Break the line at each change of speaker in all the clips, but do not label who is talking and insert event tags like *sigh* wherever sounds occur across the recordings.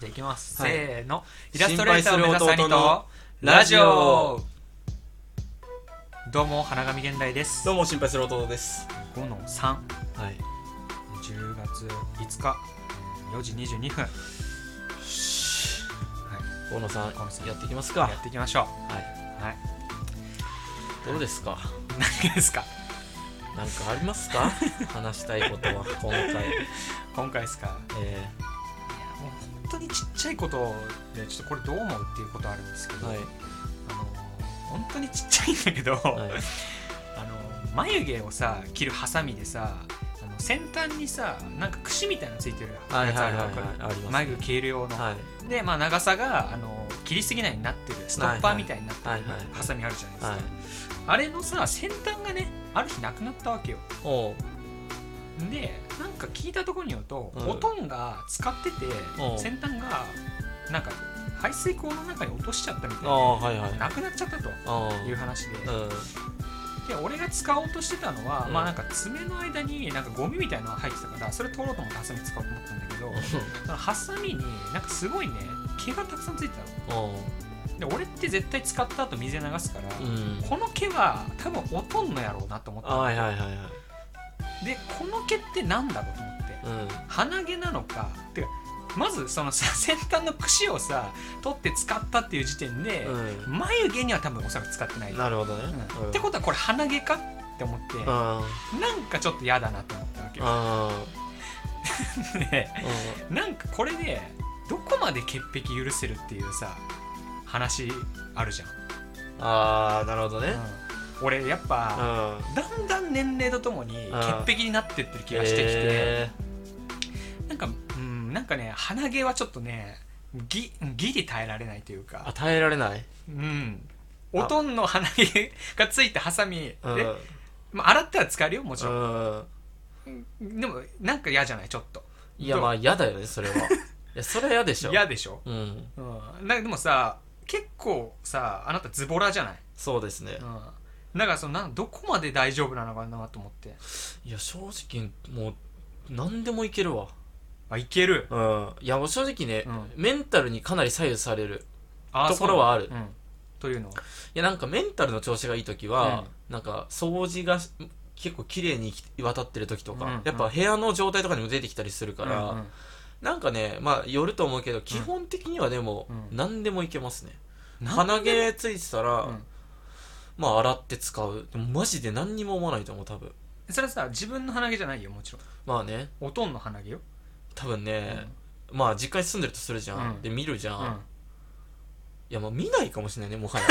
じゃあいきます、
はい
せーのイラストレーターを目指す兄と
心配する弟の
ラ
ラ
ジ
ジ
オ
オ
どうも花神現代です
どうも心配する弟です
5の310
はい
月5日4時22分はい
小野さん
小野さん
やっていきます
や
か
っていきましょ
は
うはい
いどうですか
何がですか
なんかあります *laughs* か話したいことは今回
今回ですか
え
いやもう本当にちっちゃいことでちょっとこれどう思うっていうことあるんですけ
ー
ど、
はい
あの本当にちっちゃいんだけど、
はい
あの眉毛をさ切るハサミでさあの先端にさなんか櫛みたいなのついてるやつあ
はい
る
はいはいはい
わかる
あります
眉毛切る用の、
はい
で、まあ、長さがあの切りすぎないようになってるストッパーみたいになってる、
はいはいはいはい
ハサミあるじゃないですか、
はい
あれのさ先端がねある日なくなったわけよ
おう
でなんか聞いたところによると、
うん
おとんが使ってて、
うん
先端がなんか排水溝の中に落としちゃったみたいな
ああはいはい
なくなっちゃったと
あ
いう話で、
あうん
で俺が使おうとしてたのは、
うん
まあなんか爪の間になんかゴミみたいなのが入ってたからそれ取ろうと思ってハサミ使おうと思ったんだけどそのハサミになんかすごいね毛がたくさんついて
おう
たので俺って絶対使った後水で流すから、
うん
この毛は多分おとんのやろうなと思ったの
はいはいはいはい
でこの毛ってなんだろうと思って
うん
鼻毛なのかてかまずそのさ *laughs* 先端の櫛をさ取って使ったっていう時点で、
う
眉毛には多分おそらく使ってない
んなるほどね
うん
うん
ってことはこれ鼻毛かって思って、
うん
なんかちょっと嫌だなと思ったわけよ。
あ
で
ー
なんかこれでどこまで潔癖許せるっていうさ話あるじゃん。
あーなるほどね
うん俺やっ
うん
ぱ、だんだん年齢とともに
うん
潔癖になってってる気がしてきて、
え
なんかうんなんかね鼻毛はちょっとねぎギリ耐えられないという
ーあ
か、
耐えられない
うん、おとんの鼻毛がついたハサミで、
うん
まあ、洗ったら使えるよもちろん、
うん
でもなんか嫌じゃないちょっと
いや
どう
まあ嫌だよね *laughs* それはいやそれは嫌でしょ
嫌でしょ
うん
うん、なんかでもさ結構さあなたズボラじゃない、
そうですね
うん、だからそのなんどこまで大丈夫なのかなと思って
いや正直もう何でもいけるわ
あいける
うんいやもう正直ね、
うん
メンタルにかなり左右される
あー
ところはある
そううん、というのはい
やなんかメンタルの調子がいい時は、なんか掃除が結構綺麗に渡ってる時とか、
うんうん
やっぱ部屋の状態とかにも出てきたりするから、
うんうん
なんかねまあよると思うけど基本的にはでも、
うん
何でもいけますね、
なん
鼻毛ついてたら、
うん
まあ洗って使うでもマジで何にも思わないと思う多分
それはさ自分の鼻毛じゃないよもちろん
まあね
おとんの鼻毛よ、
多分ね、まあ実家に住んでるとするじゃん、
うん
で見るじゃ、
うんん
いやまあ見ないかもしれないねもはや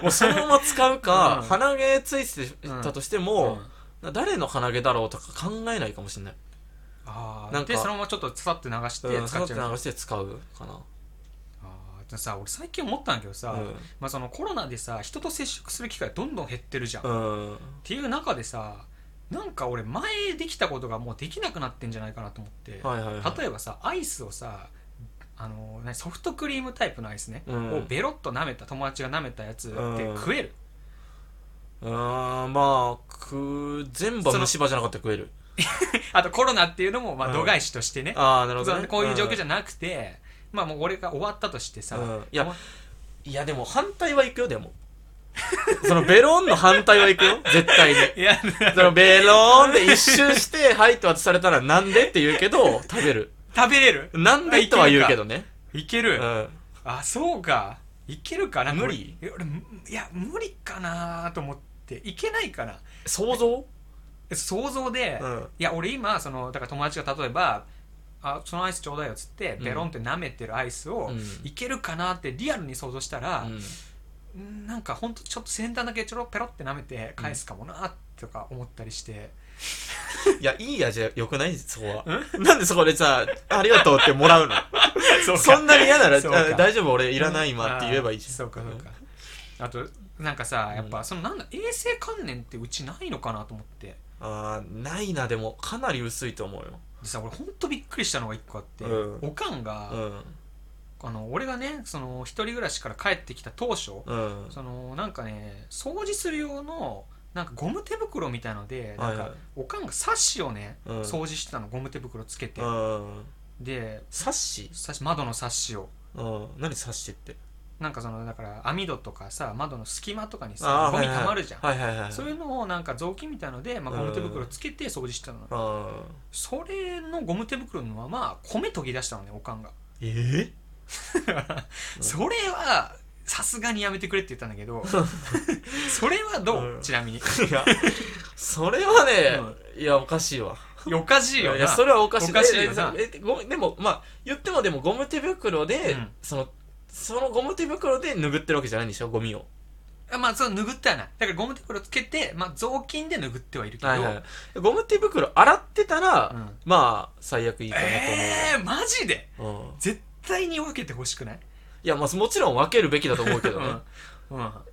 *laughs* うん *laughs* もうそのまま使うか、
うん
鼻毛ついてたとしても
う、ん
な誰の鼻毛だろうとか考えないかもしれない、
あ
な
あ
んか
でそのままちょっとさって流して
うん、
使
使
っ
っ
ち
て
ゃう
流して使うかな
あーでさ俺最近思ったんだけどさ、まあ、そのコロナでさ人と接触する機会どんどん減ってるじゃん
うん、うん、
っていう中でさなんか俺前できたことがもうできなくなってんじゃないかなと思って、
はいはいはい
例えばさアイスをさあの何ソフトクリームタイプのアイスね、
うん
をベロッと舐めた友達が舐めたやつって
うん
食える、
うーんまあく全部は虫歯じゃなかったら食える
あとコロナっていうのもまあ
うん
度外視としてね、
ああなるほ
そ
ど、
う
ね、
こういう状況じゃ
ゃ
なくて、まあもう俺が終わったとしてさ、
うんいや
もう
いやでも反対はいく
*laughs*
よでもそのベロンの反対はいくよ絶対に
いや *laughs*
そのベローンで一周して「はい」って渡されたら「なんで?」って言う
*laughs*
けど食べる
食べれる
なんでとは言うけどね。
いけ
う
る、
ん。
あそうかいけるかな
無理
俺俺いや無理かなと思っていけないかな
想像
想像で、
うん
いや俺今そのだから友達が例えばあそのアイスちょうだいよっつって
うん
ベロンって舐めてるアイスを、
うん
いけるかなってリアルに想像したら
う、ん
うんなんかほんとちょっと先端だけちょろペロって舐めて返すかもなとか思ったりして、
いや、いい味よくないそこは。なんでそこでさ、ありがとうってもら
*laughs*
うの *laughs* そんなに嫌なら、あ
そうか
大丈夫、俺いらない今って言えばいいじゃん。
そうかそうか、あとなんかさやっぱそのなんだ衛生観念ってうちないのかなと思ってで
あーないな、でも、かなり薄いと思うよ。
さ俺ほんとびっくりしたのが一個あって、
うん
おかんが、
うん。
あの俺がねその一人暮らしから帰ってきた当初、
うん。
そのなんかね掃除する用のなんかゴム手袋みたいのでなん
はい
か
はい
おかんがサッシをね、
うん
掃除してたのゴム手袋つけて、
うん。
で
サッシ
サッシ窓のサッシを
うん何サッシって
なんかそのだから網戸とかさ窓の隙間とかに
あ
さ
ー
ゴ
は
ミ
いはい
たまるじゃん、
はいはいはい
そう
う
いうのをなんか雑巾みたいので、まあ、ゴム手袋つけて掃除してたの、
あー
それのゴム手袋のまま米研ぎ出したのねおかんが
えうん
それはさすがにやめてくれって言ったんだけ
*laughs*
どそれはどう、
うん
ちなみに
えいやそれはね、いやおかしいわ
おかしいよない
やそれはおかしい
おかしいよな
ええごでもまあ言ってもでもゴム手袋で、
うん
そのそのゴム手袋で拭ってるわけじゃないんでしょゴミを
あまあその拭ってはないだからゴム手袋つけて、まあ、雑巾で拭ってはいるけど、
はいはいゴム手袋洗ってたら、
うん
まあ最悪いいかなと
えー、マジで
思う、うん、
絶対に分けてほしくない
いやまあもちろん分けるべきだと思うけ
う
ど
ん、
ね、
う
い
ん、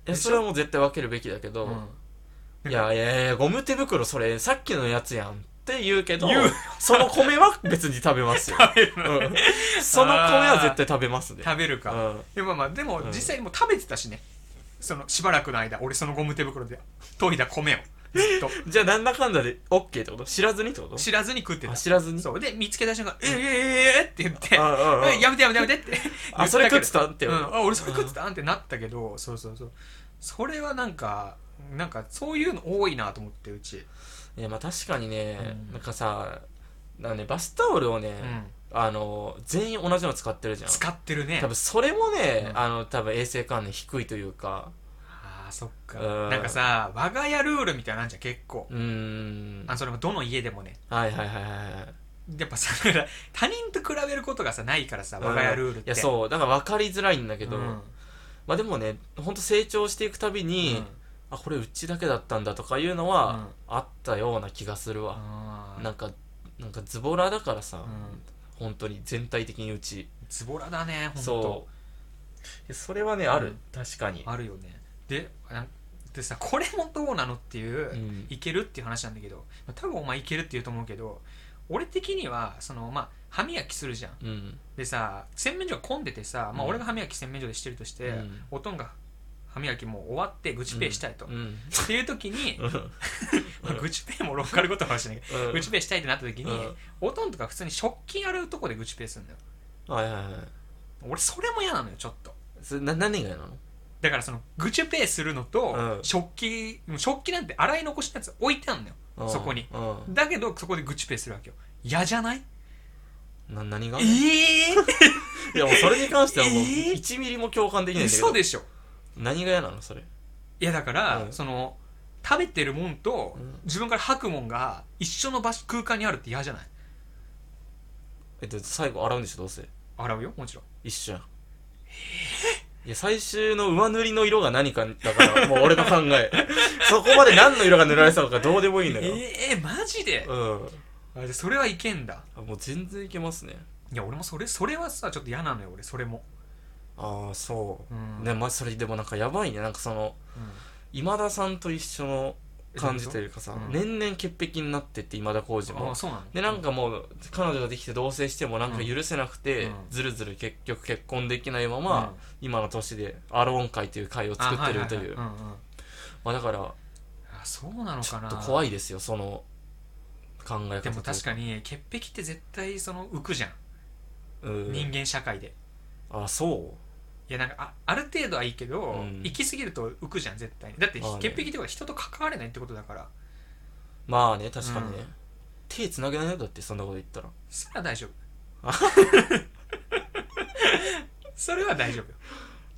やそれはもう絶対分けるべきだけど、
うん
いやいやいやゴム手袋それさっきのやつやんって言うけど
言う
その米は別に食べま
*laughs*
すよ、
食べるの
うんその米は絶対食べますね
食べるか、
うん
でもまあでも
うん
実際もう食べてたしね、そのしばらくの間俺そのゴム手袋で研いだ米をずっと
じゃあなんだかんだで OK ってこと知らずにってこと
知らずに食ってた
あ知らずに
そうで見つけた瞬間「ええええええって言って
あああ
「えやめてやめてやめて」って
あそれ食って
た
たんって、
うん、あ俺それ食ってたんってなったけどそうそうそうそれはなんかなんかそういうの多いなと思ってうち、
いやまあ確かにね、
うん
なんかさなんかねバスタオルをね、
うん、
あの全員同じの使ってるじゃん
使ってるね
多分それもね、
うん
あの多分衛生観念低いというか
あーそっか
うん
なんかさ我が家ルールみたいなんじゃん結構
うーん
あそれもどの家でもね
はいはいはいはいはい
やっぱさだ *laughs* から他人と比べることがさないからさ我が家ルールって、
いやそうだから分かりづらいんだ
け
けど、まあでもねほんと成長していくたびに、
うん
あこれうちだけだったんだとかいうの
う
は
ん、
あったような気がするわ、
あー
なんかなんかズボラだからさ、
うん
本当に全体的にうち
ズボラだね本当
そうそれはねある、
うん
確かに
あるよねでなんでさこれもどうなのっていう、
うん
いけるっていう話なんだけどまあ多分お前いけるって言うと思うけど俺的にはそのまあ歯磨きするじゃん
うん
でさ洗面所が混んでてさ、まあ、
うん
俺が歯磨き洗面所でしてるとして、
うん
おとんが歯磨きもう終わって愚痴ペイしたいと、
うん *laughs* うん
っていう時に、まあ愚痴ペイもローカルごとの話じゃないけ
う
ど
ん
愚痴ペイしたいってなった時に、
うん
おとんとか普通に食器洗うとこで愚痴ペイするんだよ
はいはいはい
俺それも嫌なのよちょっと
それな何が嫌なの
だからその愚痴ペイするのと、
うん
食器もう食器なんて洗い残しのやつ置いてあんのよ
うん
そこに
う
だけどそこで愚痴ペイするわけよ嫌じゃない
んな何が
ええー、
いやもうそれに関してはもう
えー
1ミリも共感できないんだけど
嘘でしょ
何が嫌なのそれ
いやだから、
うん
その食べてるもんと、
うん
自分から吐くもんが一緒の場所空間にあるって嫌じゃない
えっと最後洗うんでしょどうせ
洗うよもちろん
一緒やんいや最終の上塗りの色が何かだからもう俺の考
*laughs*
えそこまで何の色が塗られてたのかどうでもいいんだよ、
ええー、マジで、
うん
あでそれはいけんだ
あもう全然いけますね
いや俺もそれそれはさちょっと嫌なのよ俺それも
ああそう、
うん
ねまあそれでもなんかやばいねなんかその
う
今田さんと一緒の感じというかさ、
うん
年々潔癖になってって今田耕司
ん、あ
も
あそうなの
でなんかもう彼女ができて同棲してもなんか許せなくて、
うん
ずるずる結局結婚できないま
うん
ま、今の年でアローン会という会を作ってるという
あ,、はははうんうん、
まあ、だから
あそうなの
ちょ
か
っ
な
と怖
い
いですよその考え方
でも確
に
かに潔癖って絶対その浮くじゃん、人間社会で
あそ
いやなんかあある程度はいいけど、
うん
行き過ぎると浮くじゃん絶対にだって
まあね
潔癖ってことは人と関われないってことだから
うまあね確かにね、
うん
手つなげないよだってそんなこと言ったら
それは大丈夫 *laughs* それは大丈夫よ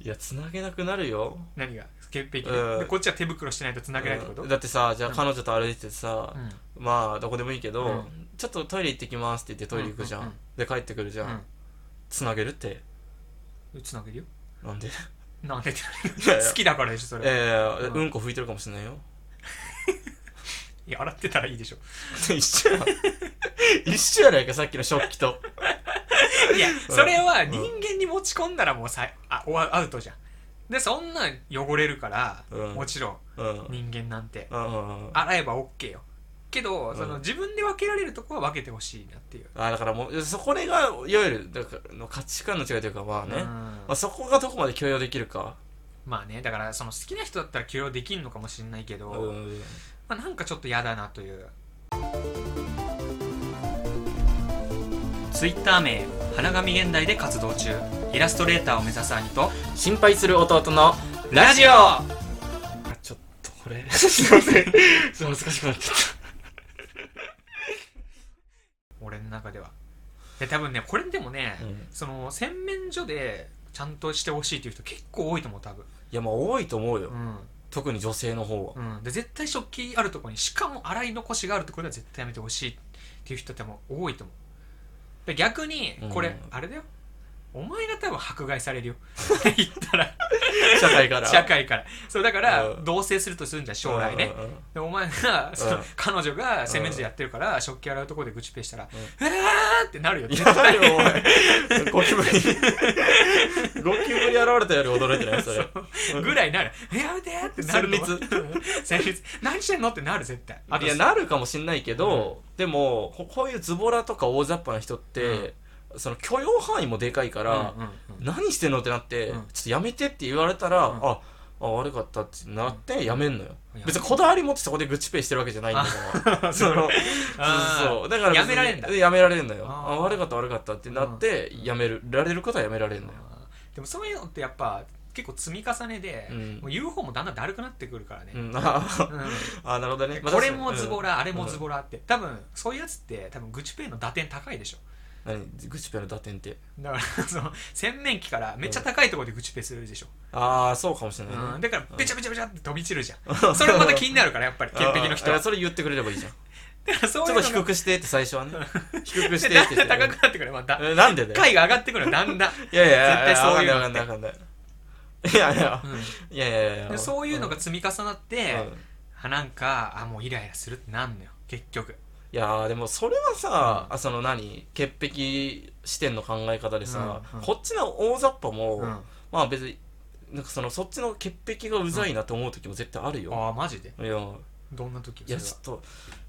いやつなげなくなるよ
何が潔癖で,、
うん
でこっちは手袋してないと繋げないってこと、
う
うんん
だってさじゃあ
うん
彼女と歩いててさ、まあどこでもいいけど、
うん
ちょっとトイレ行ってきますって言ってトイレ行くじゃん,、
うんうんうん
で帰ってくるじゃん、つなげるって
うんつなげるよ
なんでい
なんでって
いやいや
好きだからでしょそれ、
やいや、
うん
うんこ拭いてるかもしれないよ *laughs*
いや洗ってたらいいでしょ
一緒やん一緒やないかさっきの食器と
いやそれは人間に持ち込んだらもうさあおアウトじゃんでそんなん汚れるから、
うん
もちろん
うんうん
人間なんて
うん
洗えば OK よけどその、
うん
自分で分けられるとこは分けてほしいなっていう
あだからもうそこれがいわゆるだからの価値観の違いというかまあね、
うん
まあ、そこがどこまで許容できるか
まあねだからその好きな人だったら許容できんのかもしれないけど、
うん
まあ、なんかちょっと嫌だなというツイッター名花神現代で活動中イラストレーターを目指す兄と
心配する弟のラジオ
オ
ちょっとこれ *laughs* すいませんちょっと恥ずかしくなっちゃっ
俺の中ではで多分ねこれでもね、
た、い
その洗面所でちゃんとしてほしいっていう人結構多いと思う多分
やまあ多いと思うよ、
うん
特に女性の方は、
うん、で絶対食器あるところにしかも洗い残しがあるところは絶対やめてほしいっていう人ってもう多いと思うで逆にこれ、
うん
あれだよお前が多分迫害されるよ
*laughs*
言ったら
社会から
社会からそうだから、
うん
同棲するとするんじゃん将来ね、
うんうんうん
でお前がその、
うん
彼女が洗面所でやってるから、食器洗うところで愚痴ペイしたら、うわーってなるよ
い
絶
や
対
だよ、おい。ゴキブ *laughs* リ。ゴキブリ現れたより驚いてない、それ。
ぐらいなるえやめてーってなると思う戦慄何してんのってなる絶対
いや、なるかもしんないけど、でも、ここういうズボラとか大雑把な人って、その許容範囲もでかいから、
うんうんうん
何してんのってなって、
うん
ちょっとやめてって言われたら、
うん
あ、あ、悪かったってなって、やめんのよ。
うん
別にこだわり持ってそこで愚痴ペイしてるわけじゃないんだから。 *laughs* その、
あー
そうそう。だから別に、
やめられんだ
やめられんのよ。
あー
あ、悪かった悪かったってなって、やめるられることはやめられんのよ。
でもそういうのってやっぱ結構積み重ねで、
うん
もう言う方もだんだんだるくなってくるからね、
うん、あー
うん
あーなるほどね、まあ
これもズボラ、あれもズ
ラ、
ボラって多分そういうやつって多分愚痴ペイの打点高いでしょ
うん何グチペの打点って
だからその洗面器からめっちゃ高いところで愚痴ペイするでしょ、
ああそうかもしれない、ね
うんだからべちゃべちゃべちゃって飛び散るじゃんそれまた気になるからやっぱり潔癖の人
あー
は
あーそれ言ってくれればいいじゃん
だからそう
ち
い
ょ
うの
っと
が
低くしてって最初はね低くして
で
っ
だ
て
んだ
言っ
ん
て
高 *laughs* くなってくるまた
うんなんでだよ
階が上がってくるのだ
*laughs*
んだん、
いやい
絶
や
対そういうの
わかんないわかんないわかんないいやいやいやいやいや
でそういうのが積み重なって、
うんうん
あなんかあもうイライラするってなんのよ結局
いやーでもそれはさ、あその何潔癖視点の考え方でさ、
うんうん
こっちの大雑把も、
うん
まあ別になんかそのそっちの潔癖がうざいなって思う時も絶対あるよ、
ああマジで
いや
どんな時
いやちょっと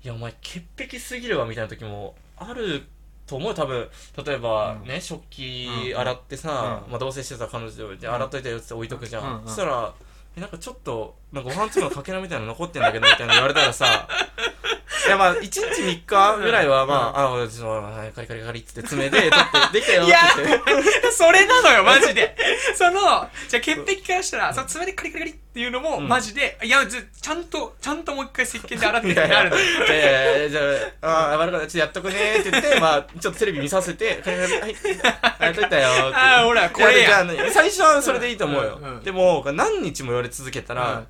いやお前潔癖すぎるわみたいな時もあると思う多分例えば
うん
ね、食器
うん
洗ってさ、
うん
まあ、同棲してた彼女で洗っといたよって置いとくじゃ
うん
ん、
うんうん
そしたらえなんかちょっとなんかご飯粒のかけらみたいなの残ってんだけどみたいな言われた
*laughs*
らさいやまあ1日3日ぐらいはまあ、あちょっとはいカリカリカリっつって爪で取ってできたよって言って *laughs*
やそれなのよマジで *laughs* そのじゃあ潔癖からしたらその爪でカリカリカリっていうのも、
うん
マジでいやずちゃんとちゃんともう一回石鹸で洗って
*laughs* い
ってな
やい
る *laughs* のよ
*laughs* や、いやいやじゃあ、あー悪かった、ちょっとやっとくねーって言って、まあ、ちょっとテレビ見させて、は
*laughs*
い、やっといたよーって。
ああほらこれ
いや
や
でじゃあね最初はそれでいいと思うよ、
うんうん
でも何日も言われ続けた
う
ら、
ん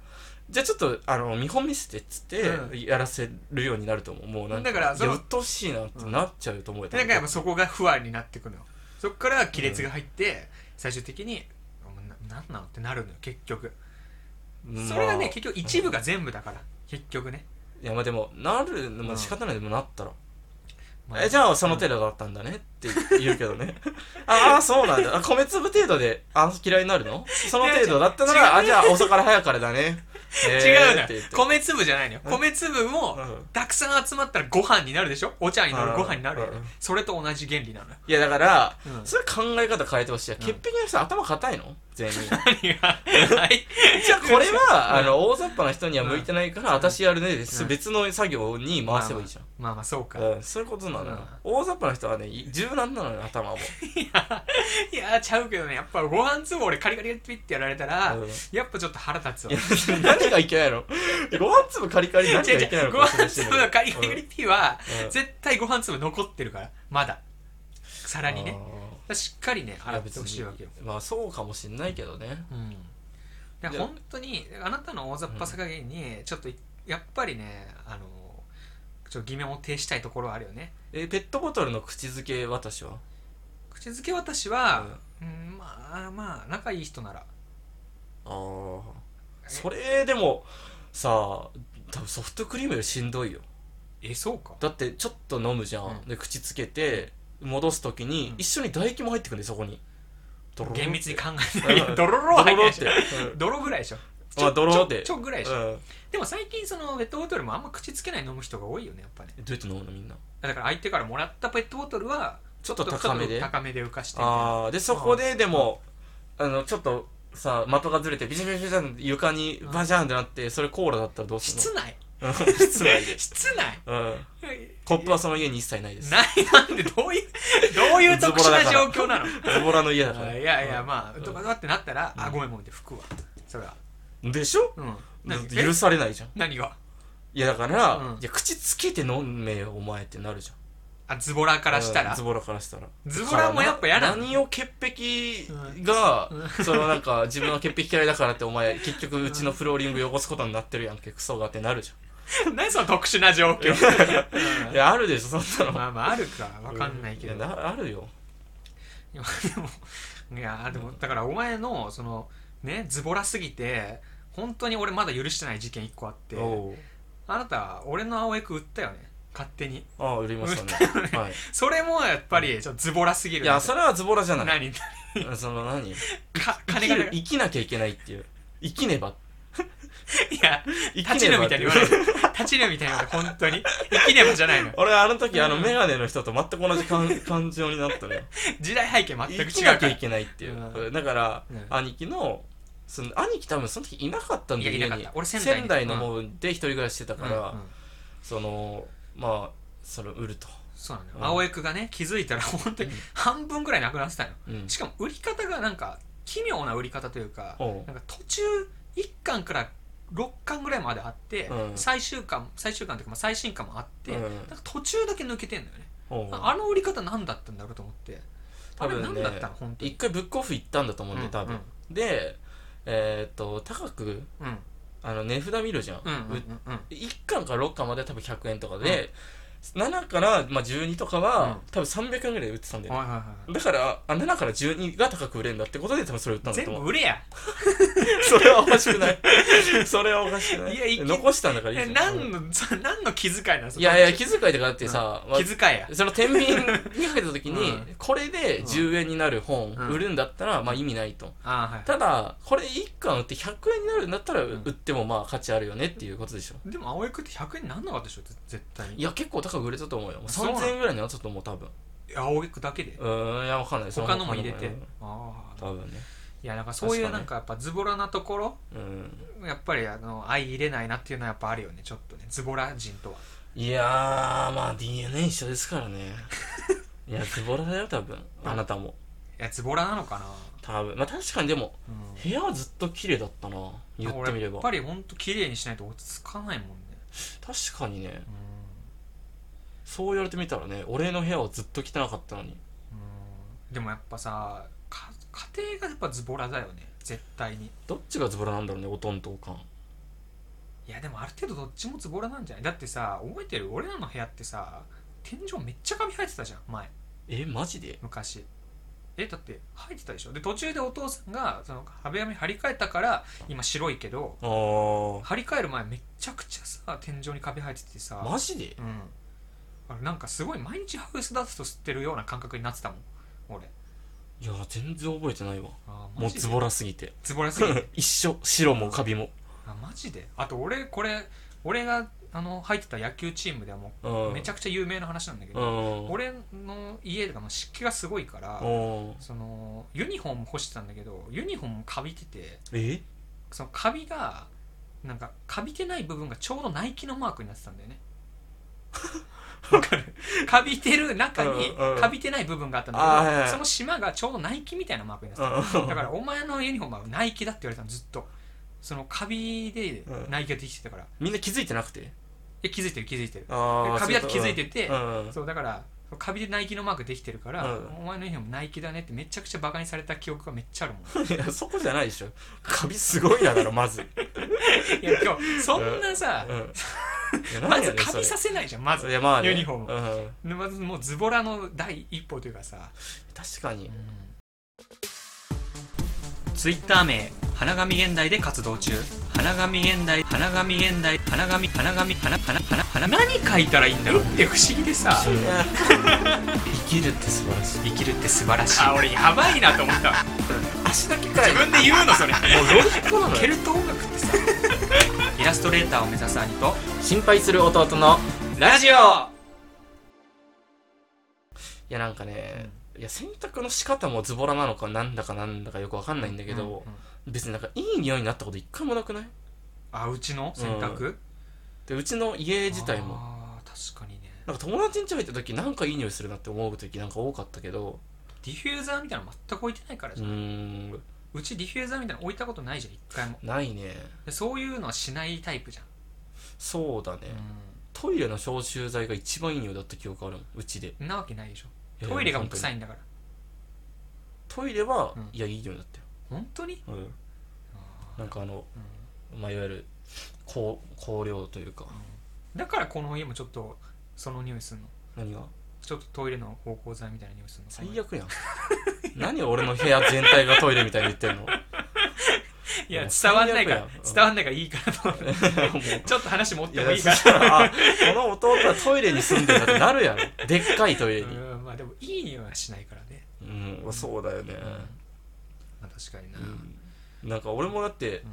じゃあちょっとあの見本見せてっつって
うん
やらせるようになると思うもうなん
だから
い
その
やうっとうしいなってなっちゃうと思うよ、
でなんかやっぱそこが不安になってくのよそこから亀裂が入って、最終的にお前ななんなのってなるのよ結局
まあ
それがね結局一部が全部だから、結局ね、
いやまあでもなるの
う
も
ん
仕方ないでもなったら、
まあ
えじゃあその程度だったんだねって言うけど
*laughs*
ねああそうなんだあ米粒程度であ嫌いになるのその程度だったならあじゃあ遅から早からだ
*laughs*
ね、えー
違うの
って
よ
言って
米粒じゃないのよ米粒も
うん
たくさん集まったらご飯になるでしょお茶になる
うん
ご飯になるよね
うん
それと同じ原理なのよ
*laughs* いやだから、
うん
それ考え方変えてほしいや
うん
潔癖の人頭硬いの全員
何がはい
じゃあこれは、
うん
あの大雑把な人には向いてないから、私やるねです、
うん
別の作業に回せばいいじゃん、
まあまあそうか
うん、そういうことなのよ、大雑把な人はねい柔軟なのよ頭も、
*laughs* いやーちゃうけどねやっぱご飯粒俺カリカリピッてやられたら
うん
やっぱちょっと腹立つわ
いや何がいけないのご飯粒カリカリ何が
違う違
いけないうの
ご
か
飯粒のカリカリピは
うん
絶対ご飯粒残ってるからまだ皿にね
ね
しっかりね洗ってほしいわけよ
まあそうかもしんないけどね
うんだから
いや
本当にあなたの大雑把さ加減にちょっといやっぱりねあのちょっと疑問を呈したいところはあるよね
えペットボトルの口づけ渡しは
口づけ私は、うん、まあまあ仲いい人なら
ああそれでもさ多分ソフトクリームよりしんどいよ
えそうか
だってちょっと飲むじゃん、
うん
で口つけて戻す時に
うん
一緒に唾液も入ってくるんでそこにドロロ
厳密に考え
う
た
ん
らドロロは
ド
入
ロ
ってな
ロ
いで
って
しょ泥ぐらいでしょち
ま
ょ
あドロって
ちょちょぐらいでしょ、
うん
でも最近そのペットボトルもあんま口つけない飲む人が多いよねやっぱね
えどうやって飲むのみんな
だから相手からもらったペットボトルは
ちょっと高め
ちょ
で
っと高めで浮かしてみたいな
ああでそこででもあのちょっとさ的がずれてビシャビシャビシャって床にバジャンってなってそれコーラだったらどうする
室内
うん室内
*laughs*
で。
室内
うん。コップはその家に一切ないです。
ないなんでどういうどういう特殊な状況なの
ズボラの家だから。
いやいや
うん
まあとかだってなったら、あ
うん
ごめんごめんって服はそれは
でしょ
うん
だっ
何
て許されないじゃん。
え何が
いやだから、
うん
いや口つけて飲めよお前ってなるじゃん。
あズボラからした
うん
ら
ズボラからしたら
ズボラもやっぱ嫌なの
だから何を潔癖が、そのなんか自分は潔癖嫌いだからってお前結局うちのフローリング汚すことになってるやんけクソがってなるじ
*laughs* 何その特殊な状況
ゃんいやあるでしょそんなの
まあまああるかわかんないけど、
やなあるよ
いやでもいやでもだからお前のそのねズボラすぎて本当に俺まだ許してない事件一個あって
おう
あなた俺の青役売ったよね勝手に
ああ売りましたねはい
それもやっぱりちょっとズボラすぎる
いやそれはズボラじゃない
何か
その何
金が
生き
な
る生きなきゃいけないっていう生きねば
いや
生
立
き
ち
ね
ぬ
ば
み
った
い
て
に
い
言わ
う
ないで立ちぬみたいに言わない本当に生きねばじゃないの
俺あの時あの
うん
メガネの人と全く同じ感感情になったね
時代背景全
生
く
き
違
な
う
き
か
ゃ
ら
いけないっていう
うん、
これだから、
うん
兄貴のその兄貴多分その時いなかったんだよ
いやいなか
家に
った俺仙台に
の方で一人暮らししてたから、
うんうん
そのまあそれを売ると、
そうなのよ
うん
青役がね気づいたら本当に半分ぐらいなくなってたの
うん
しかも売り方がなんか奇妙な売り方というか
おう
なんか途中1巻から6巻ぐらいまであって、
うん
最終巻最終巻というかまあ最新巻もあって、
うん
なんか途中だけ抜けてんだよね、
おう
あの売り方何だったんだろうと思ってあ
多
れ
分ね
何だったの本当
一
に
回ブックオフ行ったんだと思うんで、
うん
多分、でえーっと高く
うんうん
あの値札見るじゃん,、
うんうん
う
うん
1巻から6巻まで多分100円とかで、7から、まあ、12とかは、多分300円ぐらいで売ってたんだ
うん
よ、
はいはいはい
だからあ7から12が高く売れるんだってことで多分それ売ったんだ
全
と思う
部売れや
*laughs* それはおかし
*laughs*
くない。それはおかしくない。
いやいき
残したんだからいい
え
じゃん
何の *laughs* さ何の気遣いなのそ
い
れ
やいや、気遣いとかだってさ、まあ
気遣いや
その天秤にかけた時に、
うん
これで10円になる本
うん
売るんだったら、まあ意味ないと。
あーはい
ただ、これ1巻売って100円になるんだったら、
ん
売ってもまあ価値あるよねっていうことでしょ。
でも青役って100円になんなかったでしょぜ絶対に
いや、結構高く売れたと思うよ。
そうなの
3000円ぐらいになったと思う、多分。
いや青役だけで
うーん、いや、わかんない。そ
他のも入れ
う
て
ん
ああ
多分ね。
いやなんかそういう
確か
な
に
んかやっぱズボラなところ
うん。
やっぱりあの相入れないなっていうのはやっぱあるよねちょっとねズボラ人とはい
やー、まあ DNA 一緒ですから *laughs* ね。いや、ズボラだよ、多分。あなたも。
いやズボラなのかな、
多分まあ確かにでも
うん、
部屋はずっと綺麗だったな言ってみれ
俺や
ば
っぱりほんと綺麗にしないと落ち着かないもんね、
確かにね
うん
そう言われてみたらね俺の部屋はずっと汚かったのに
うん、でもやっぱさか家庭がやっぱズボラだよね絶対に
どっちがズボラなんだろうねおとんとおかん
いやでもある程度どっちもズボラなんじゃないだってさ覚えてる俺らの部屋ってさ天井めっちゃカビ生えてたじゃん前
えマジで
昔えだって生えてたでしょで途中でお父さんがその壁紙張り替えたから今白いけど
あー
張り替える前めちゃくちゃさ天井にカビ生えててさ、
マジで
うんあれなんかすごい毎日ハウスダスト吸ってるような感覚になってたもん俺
いや全然覚えてないわ
あーマ
もう
ジで
ズボラすぎて
ズボラすぎて
*laughs* 一緒白もカビも
あマジであと俺これ俺があの入ってた野球チームではも
う
うんめちゃくちゃ有名な話なんだけ
う
ど、
ん
俺の家がもう湿気がすごいから
うん
そのユニフォーム干してたんだけどユニフォームカビてて
え
そのカビがなんかカビてない部分がちょうどナイキのマークになってたんだ
*laughs*
よねわかるカビてる中に
うんうん
カビてない部分があったんだ
あ
け
ーはい
ど、
はい
その島がちょうどナイキみたいなマークになってた、だからお前のユニフォームはナイキだって言われたのずっとそのカビで
うん
ナイキができてたから、
みんな気づいてなくて
え気づいてる気づいてる
ああ
カビだって気づいてて、
うん
*laughs* そうだからカビでナイキのマークできてるから、
うん
お前のユニフォームナイキだねってめちゃくちゃバカにされた記憶がめっちゃあるもん *laughs*
いやそこじゃないでしょカビすごいだからまず
いや今日そんなさ、
うんいや
ま
何や
ず
ねんそ
カ
れ
ビさせないじゃんまず
いやまあね
ユニフォーム
うん
でまずもうズボラの第一歩というかさ、
確かに
ツイッター名花神現代で活動中花神現代花神現代花神花神花花花花何書いたらいいんだろうって不思議でさ
生きるって素晴らしい
生きるって素晴らしいあ俺やばいなと思った
足だけかい
自分で言うの *laughs* それ
ロジックなの
ケルト音楽ってさ *laughs* イラストレーターを目指す兄と
心配する弟の
ラジオ
いやなんかね、いや洗濯の仕方もズボラなのかなんだかなんだかよくわかんないんだけど、
うんうん
別になんかいい匂いになったこと一回もなくない
あうちの洗濯、
うでうちの家自体も
あー確かにね
なんか友達ん家入った時なんかいい匂いするなって思う時なんか多かったけど
ディフューザーみたいなの全く置いてないから
う
じ
ー
ゃん、うんうちディフューザーみたいなの置いたことないじゃん一回も
ないね
でそういうのはしないタイプじゃん、
そうだね、トイレの消臭剤が一番いい匂いだった記憶あるもんうちで
うんなわけないでしょトイレがもう臭
いや
いんだから
トイレは、
うん
いやいい匂いだったよ
本当に、
うんなんかあの、
うん
まあ、いわゆる香香料というか
だからこの家もちょっとその匂いするの
何が
ちょっとトイレの芳香剤みたいな匂いするの
最悪やん *laughs* 何俺の部屋全体がトイレみたいに言 *laughs* ってんのも
いや伝わんないから
最悪やんうん
伝わんないからいいからと思って
*laughs* う
ちょっと話持っ
い
ても
や
いい
そ
か
したらあこの弟はトイレに住んでるんだってなるやろでっかいトイレ
ら
に
うんまあでもいい匂いはしないからね、
うん、そうだよね、
まあ、確かにな、
うん、なんか俺もだって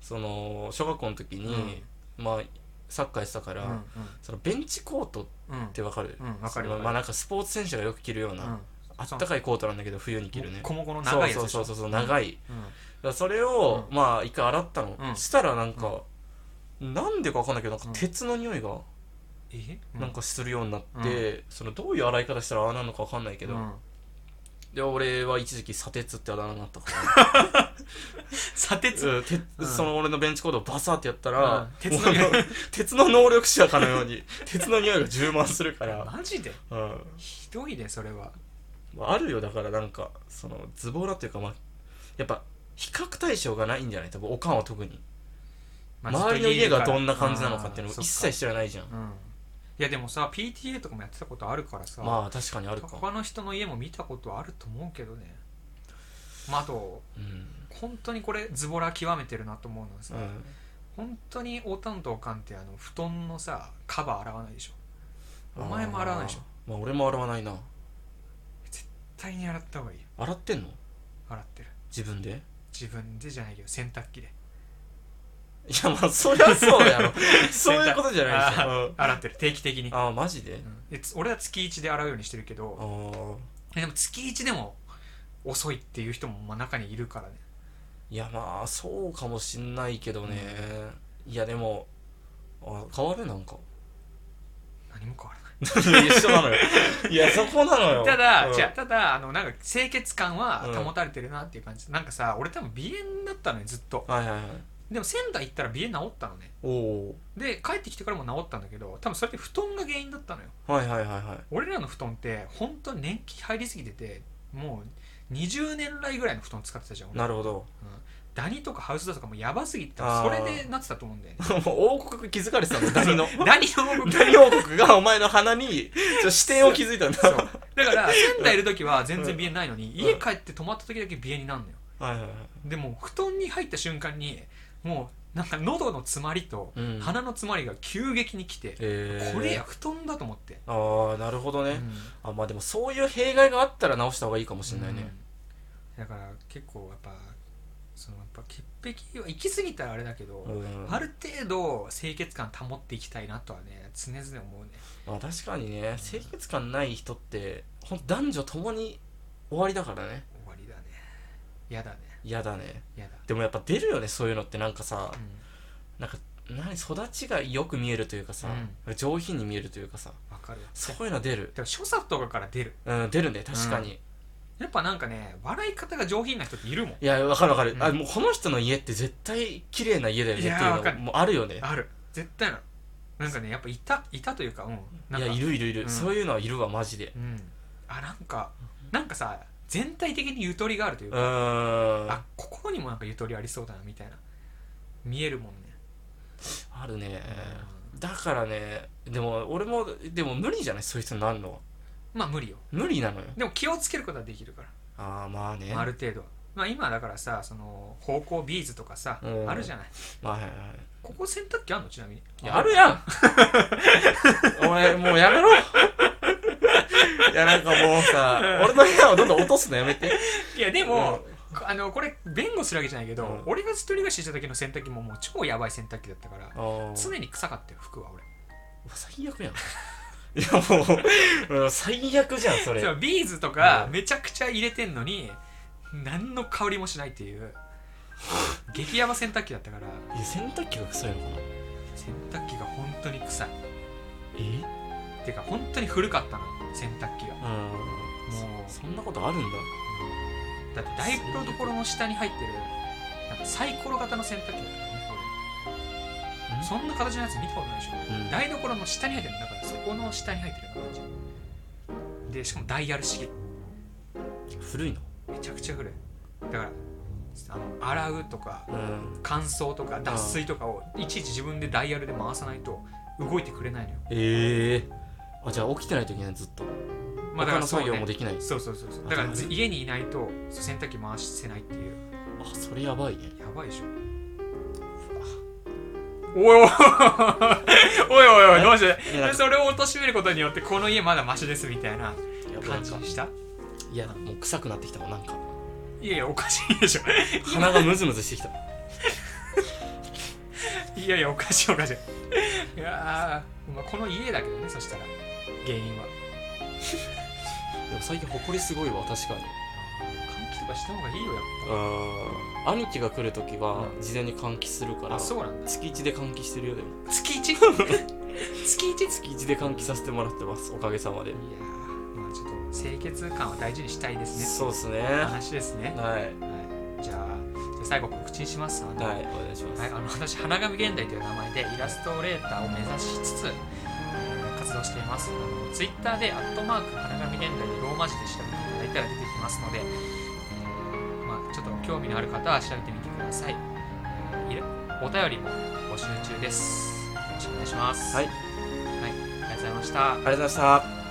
その小学校の時に、まあサッカーやってたか
う
ら、
んうん
そのベンチコート
うんうん
ってわかる、
うんわかる
そのまあなんかスポーツ選手がよく着るような、
うん
あったかいコートなんだけど冬に着るね
もこもこの
そ
長
う
いやつ
そう
でしょ
そうそうそう長い、だからそれを、
う
まあ一回洗ったの、
うん
したらなんか、なんでかわかんないけどな
う
んか
ん
鉄の匂いが
え
なんかするようになって、そのどういう洗い方したらああなるのかわかんないけど、
うん
で俺は一時期砂鉄ってあだ名になったから
砂鉄
うん鉄
うん
その俺のベンチコードをバサってやったら、
うん鉄の匂い
もうあの *laughs* 鉄の能力者かのように鉄の匂いが充満するから、
マジで
うん
ひどいねそれは
まあ、あるよだからなんかそのズボラというか、まあ、やっぱ比較対象がないんじゃない多分おかんは特に、
まあ
周りの家がどんな感じなのか
ず
っ
と
ていう
家いる
のを
から
一切知らないじゃん
うんいやでもさ PTA とかもやってたことあるからさ、
まあ確かにあるか、
他の人の家も見たことあると思うけどねまああと
うん
本当にこれズボラ極めてるなと思うのはさ、
うん
本当におたんとおかんってあの布団のさカバー洗わないでしょお前も洗わないでしょ
あーまあ俺も洗わないな
絶対に洗った方がいいよ
洗ってんの
洗ってる
自分で *laughs*
自分でじゃないけど洗濯機で
いやまあそりゃそうやろそういうことじゃないでし
洗
ょうん
洗ってる定期的に、
ああマジで
うんでつ俺は月1で洗うようにしてるけ
あ
ど
あ
えでも月1でも遅いっていう人もまあ中にいるからね
いやまあそうかもしんないけどね、いやでもあ変わるなんか
何も変わらない
*laughs* 一緒なのよ *laughs* いやそこなのよ
ただ、
うん
じゃただあのなんか清潔感は
うん
保たれてるなっていう感じ、なんかさ俺多分鼻炎だったのよずっと
はいはいはい
でも仙台行ったら鼻炎治ったのね
おお
で帰ってきてからも治ったんだけど多分それって布団が原因だったのよ
はいはいはいはい
俺らの布団って本当に年季入りすぎててもう20年来ぐらいの布団使ってたじゃん俺
なるほど
ダニとかハウスダストとかもやばすぎて多
あ
分
ー
それでなってたと思うんだ
*laughs*
よね
も *laughs* う王国気づかれてたのダ *laughs* ニの
ダニの僕
ダニ王国がお前の鼻にちょ視点を気づいたん *laughs* だ
そうだから仙台いる時は全然鼻炎ないのに、
ん
家帰って泊まった時だけ鼻炎になるのよ
はいはいはい
でも布団に入った瞬間にもうなんか喉の詰まりと
うん
鼻の詰まりが急激に来て、
えー、
これや布団だと思って、
ああなるほどね、
うん
あまあでもそういう弊害があったら直した方がいいかもしれないね、
うんだから結構やっぱそのやっぱ潔癖は行き過ぎたらあれだけど、
うん
ある程度清潔感保っていきたいなとはね常々思うね
まあ確かにね清潔感ない人ってほんと男女ともに終わりだからね
終わりだね嫌だね
嫌だね
嫌だ、
でもやっぱ出るよねそういうのってなんかさ
うん、
なんか何育ちがよく見えるというかさ、上品に見えるというかさ
わかるわ
そういうの出る
でも所作とかから出る
うん出るね確かに、
やっぱなんかね笑い方が上品な人っているもん
いやわかるわかる、
うん
あもうこの人の家って絶対綺麗な家だよねっていう
いやわ
の
か
が
る
もうあるよね
ある絶対なのなんかねやっぱいたいたというかうんなん
い
か
やいるいるいる、
うん
そういうのはいるわマジで
うんあなんかなんかさ全体的にゆとりがあるという
う
か、
ーん
あ
あ
心にもなんかゆとりありそうだなみたいな見えるもんね
るね、だからねでも俺もでも無理じゃないそういう人になるのは
まあ無理よ
無理なのよ
でも気をつけることはできるから
ああまあね
ある程度はまあ今だからさその方向ビーズとかさ
うん
あるじゃない
まあはいはいは
ここ洗濯機あんのちなみに
いやるや *laughs* んお前もうやめろいやなんかもうさ俺の部屋をどんどん落とすのやめて
いやで
も
も、あのこれ弁護するわけじゃないけど、
うん
俺が一人暮らしした時の洗濯機ももう超やばい洗濯機だったから
常
常に臭かったよ服は俺
最悪やんいやもううん最悪じゃんそれ
そうビーズとか
うん
めちゃくちゃ入れてんのに何の香りもしないっていう激ヤバ洗濯機だったから
いや洗濯機が臭いのかな
洗濯機が本当に臭い
え
てか本当に古かったの洗濯機が
うん
もう
そそんなことあるんだ
だってダイブのところの下に入ってるなんかサイコロ型の洗濯機だったからねこれそんな形のやつ見たことないでしょ
うん
台所の下に入ってるんだからそこの下に入ってるような感じでしかもダイヤル式
古いの
めちゃくちゃ古いだからあの洗うとか
うん
乾燥とか脱水とかをいちいち自分でダイヤルで回さないと動いてくれないのよ
ええあじゃあ起きてないといけないずっと
だか
他
ら
の
そう
作
ね
業もできない
そうそうそうそう
あ
だから
なるほど
家にいないとそう洗濯機回せないっていう
あそれやばいね
やばいでしょおいおいおいおいおいどうして
いやなんか
それを貶としめることによってこの家まだマシですみたいな
やばい
感
な
じ
んか
にした
いやもう臭くなってきたもんなんか
いやいやおかしいでしょ *laughs*
鼻がムズムズしてきた
いやいやおかしいおかしいいやー、まあ、この家だけどねそしたら原因は
でも最近埃すごいわ確かに
換気とかした方がいいよやっ
うん兄貴が来るときは
う
事前に換気するか
ぱ
ら
あ
月
そうなんだ
1で換気してるよでも
月
*laughs*
1? 月 1? い
月1で換気させてもらってますおかげさまで
やーまあちょっと清潔感は大事にしたいですね
そうっすね
う
は
話ですね、
い
はい、じゃあじゃあ最後告知しますあの、
はいお願いします
はい、あの私花神現代という名前でイラストレーターを目指しつつ、えー活動していますあのツイッターで「アットマーク花神現代」でローマ字で調べていただいたら出てきますので、えーまあ、ちょっと興味のある方は調べてみてくださいえーいらお便りも募集中ですよろしくお願いします
はい
はい、ありがとうございました
ありがとうございました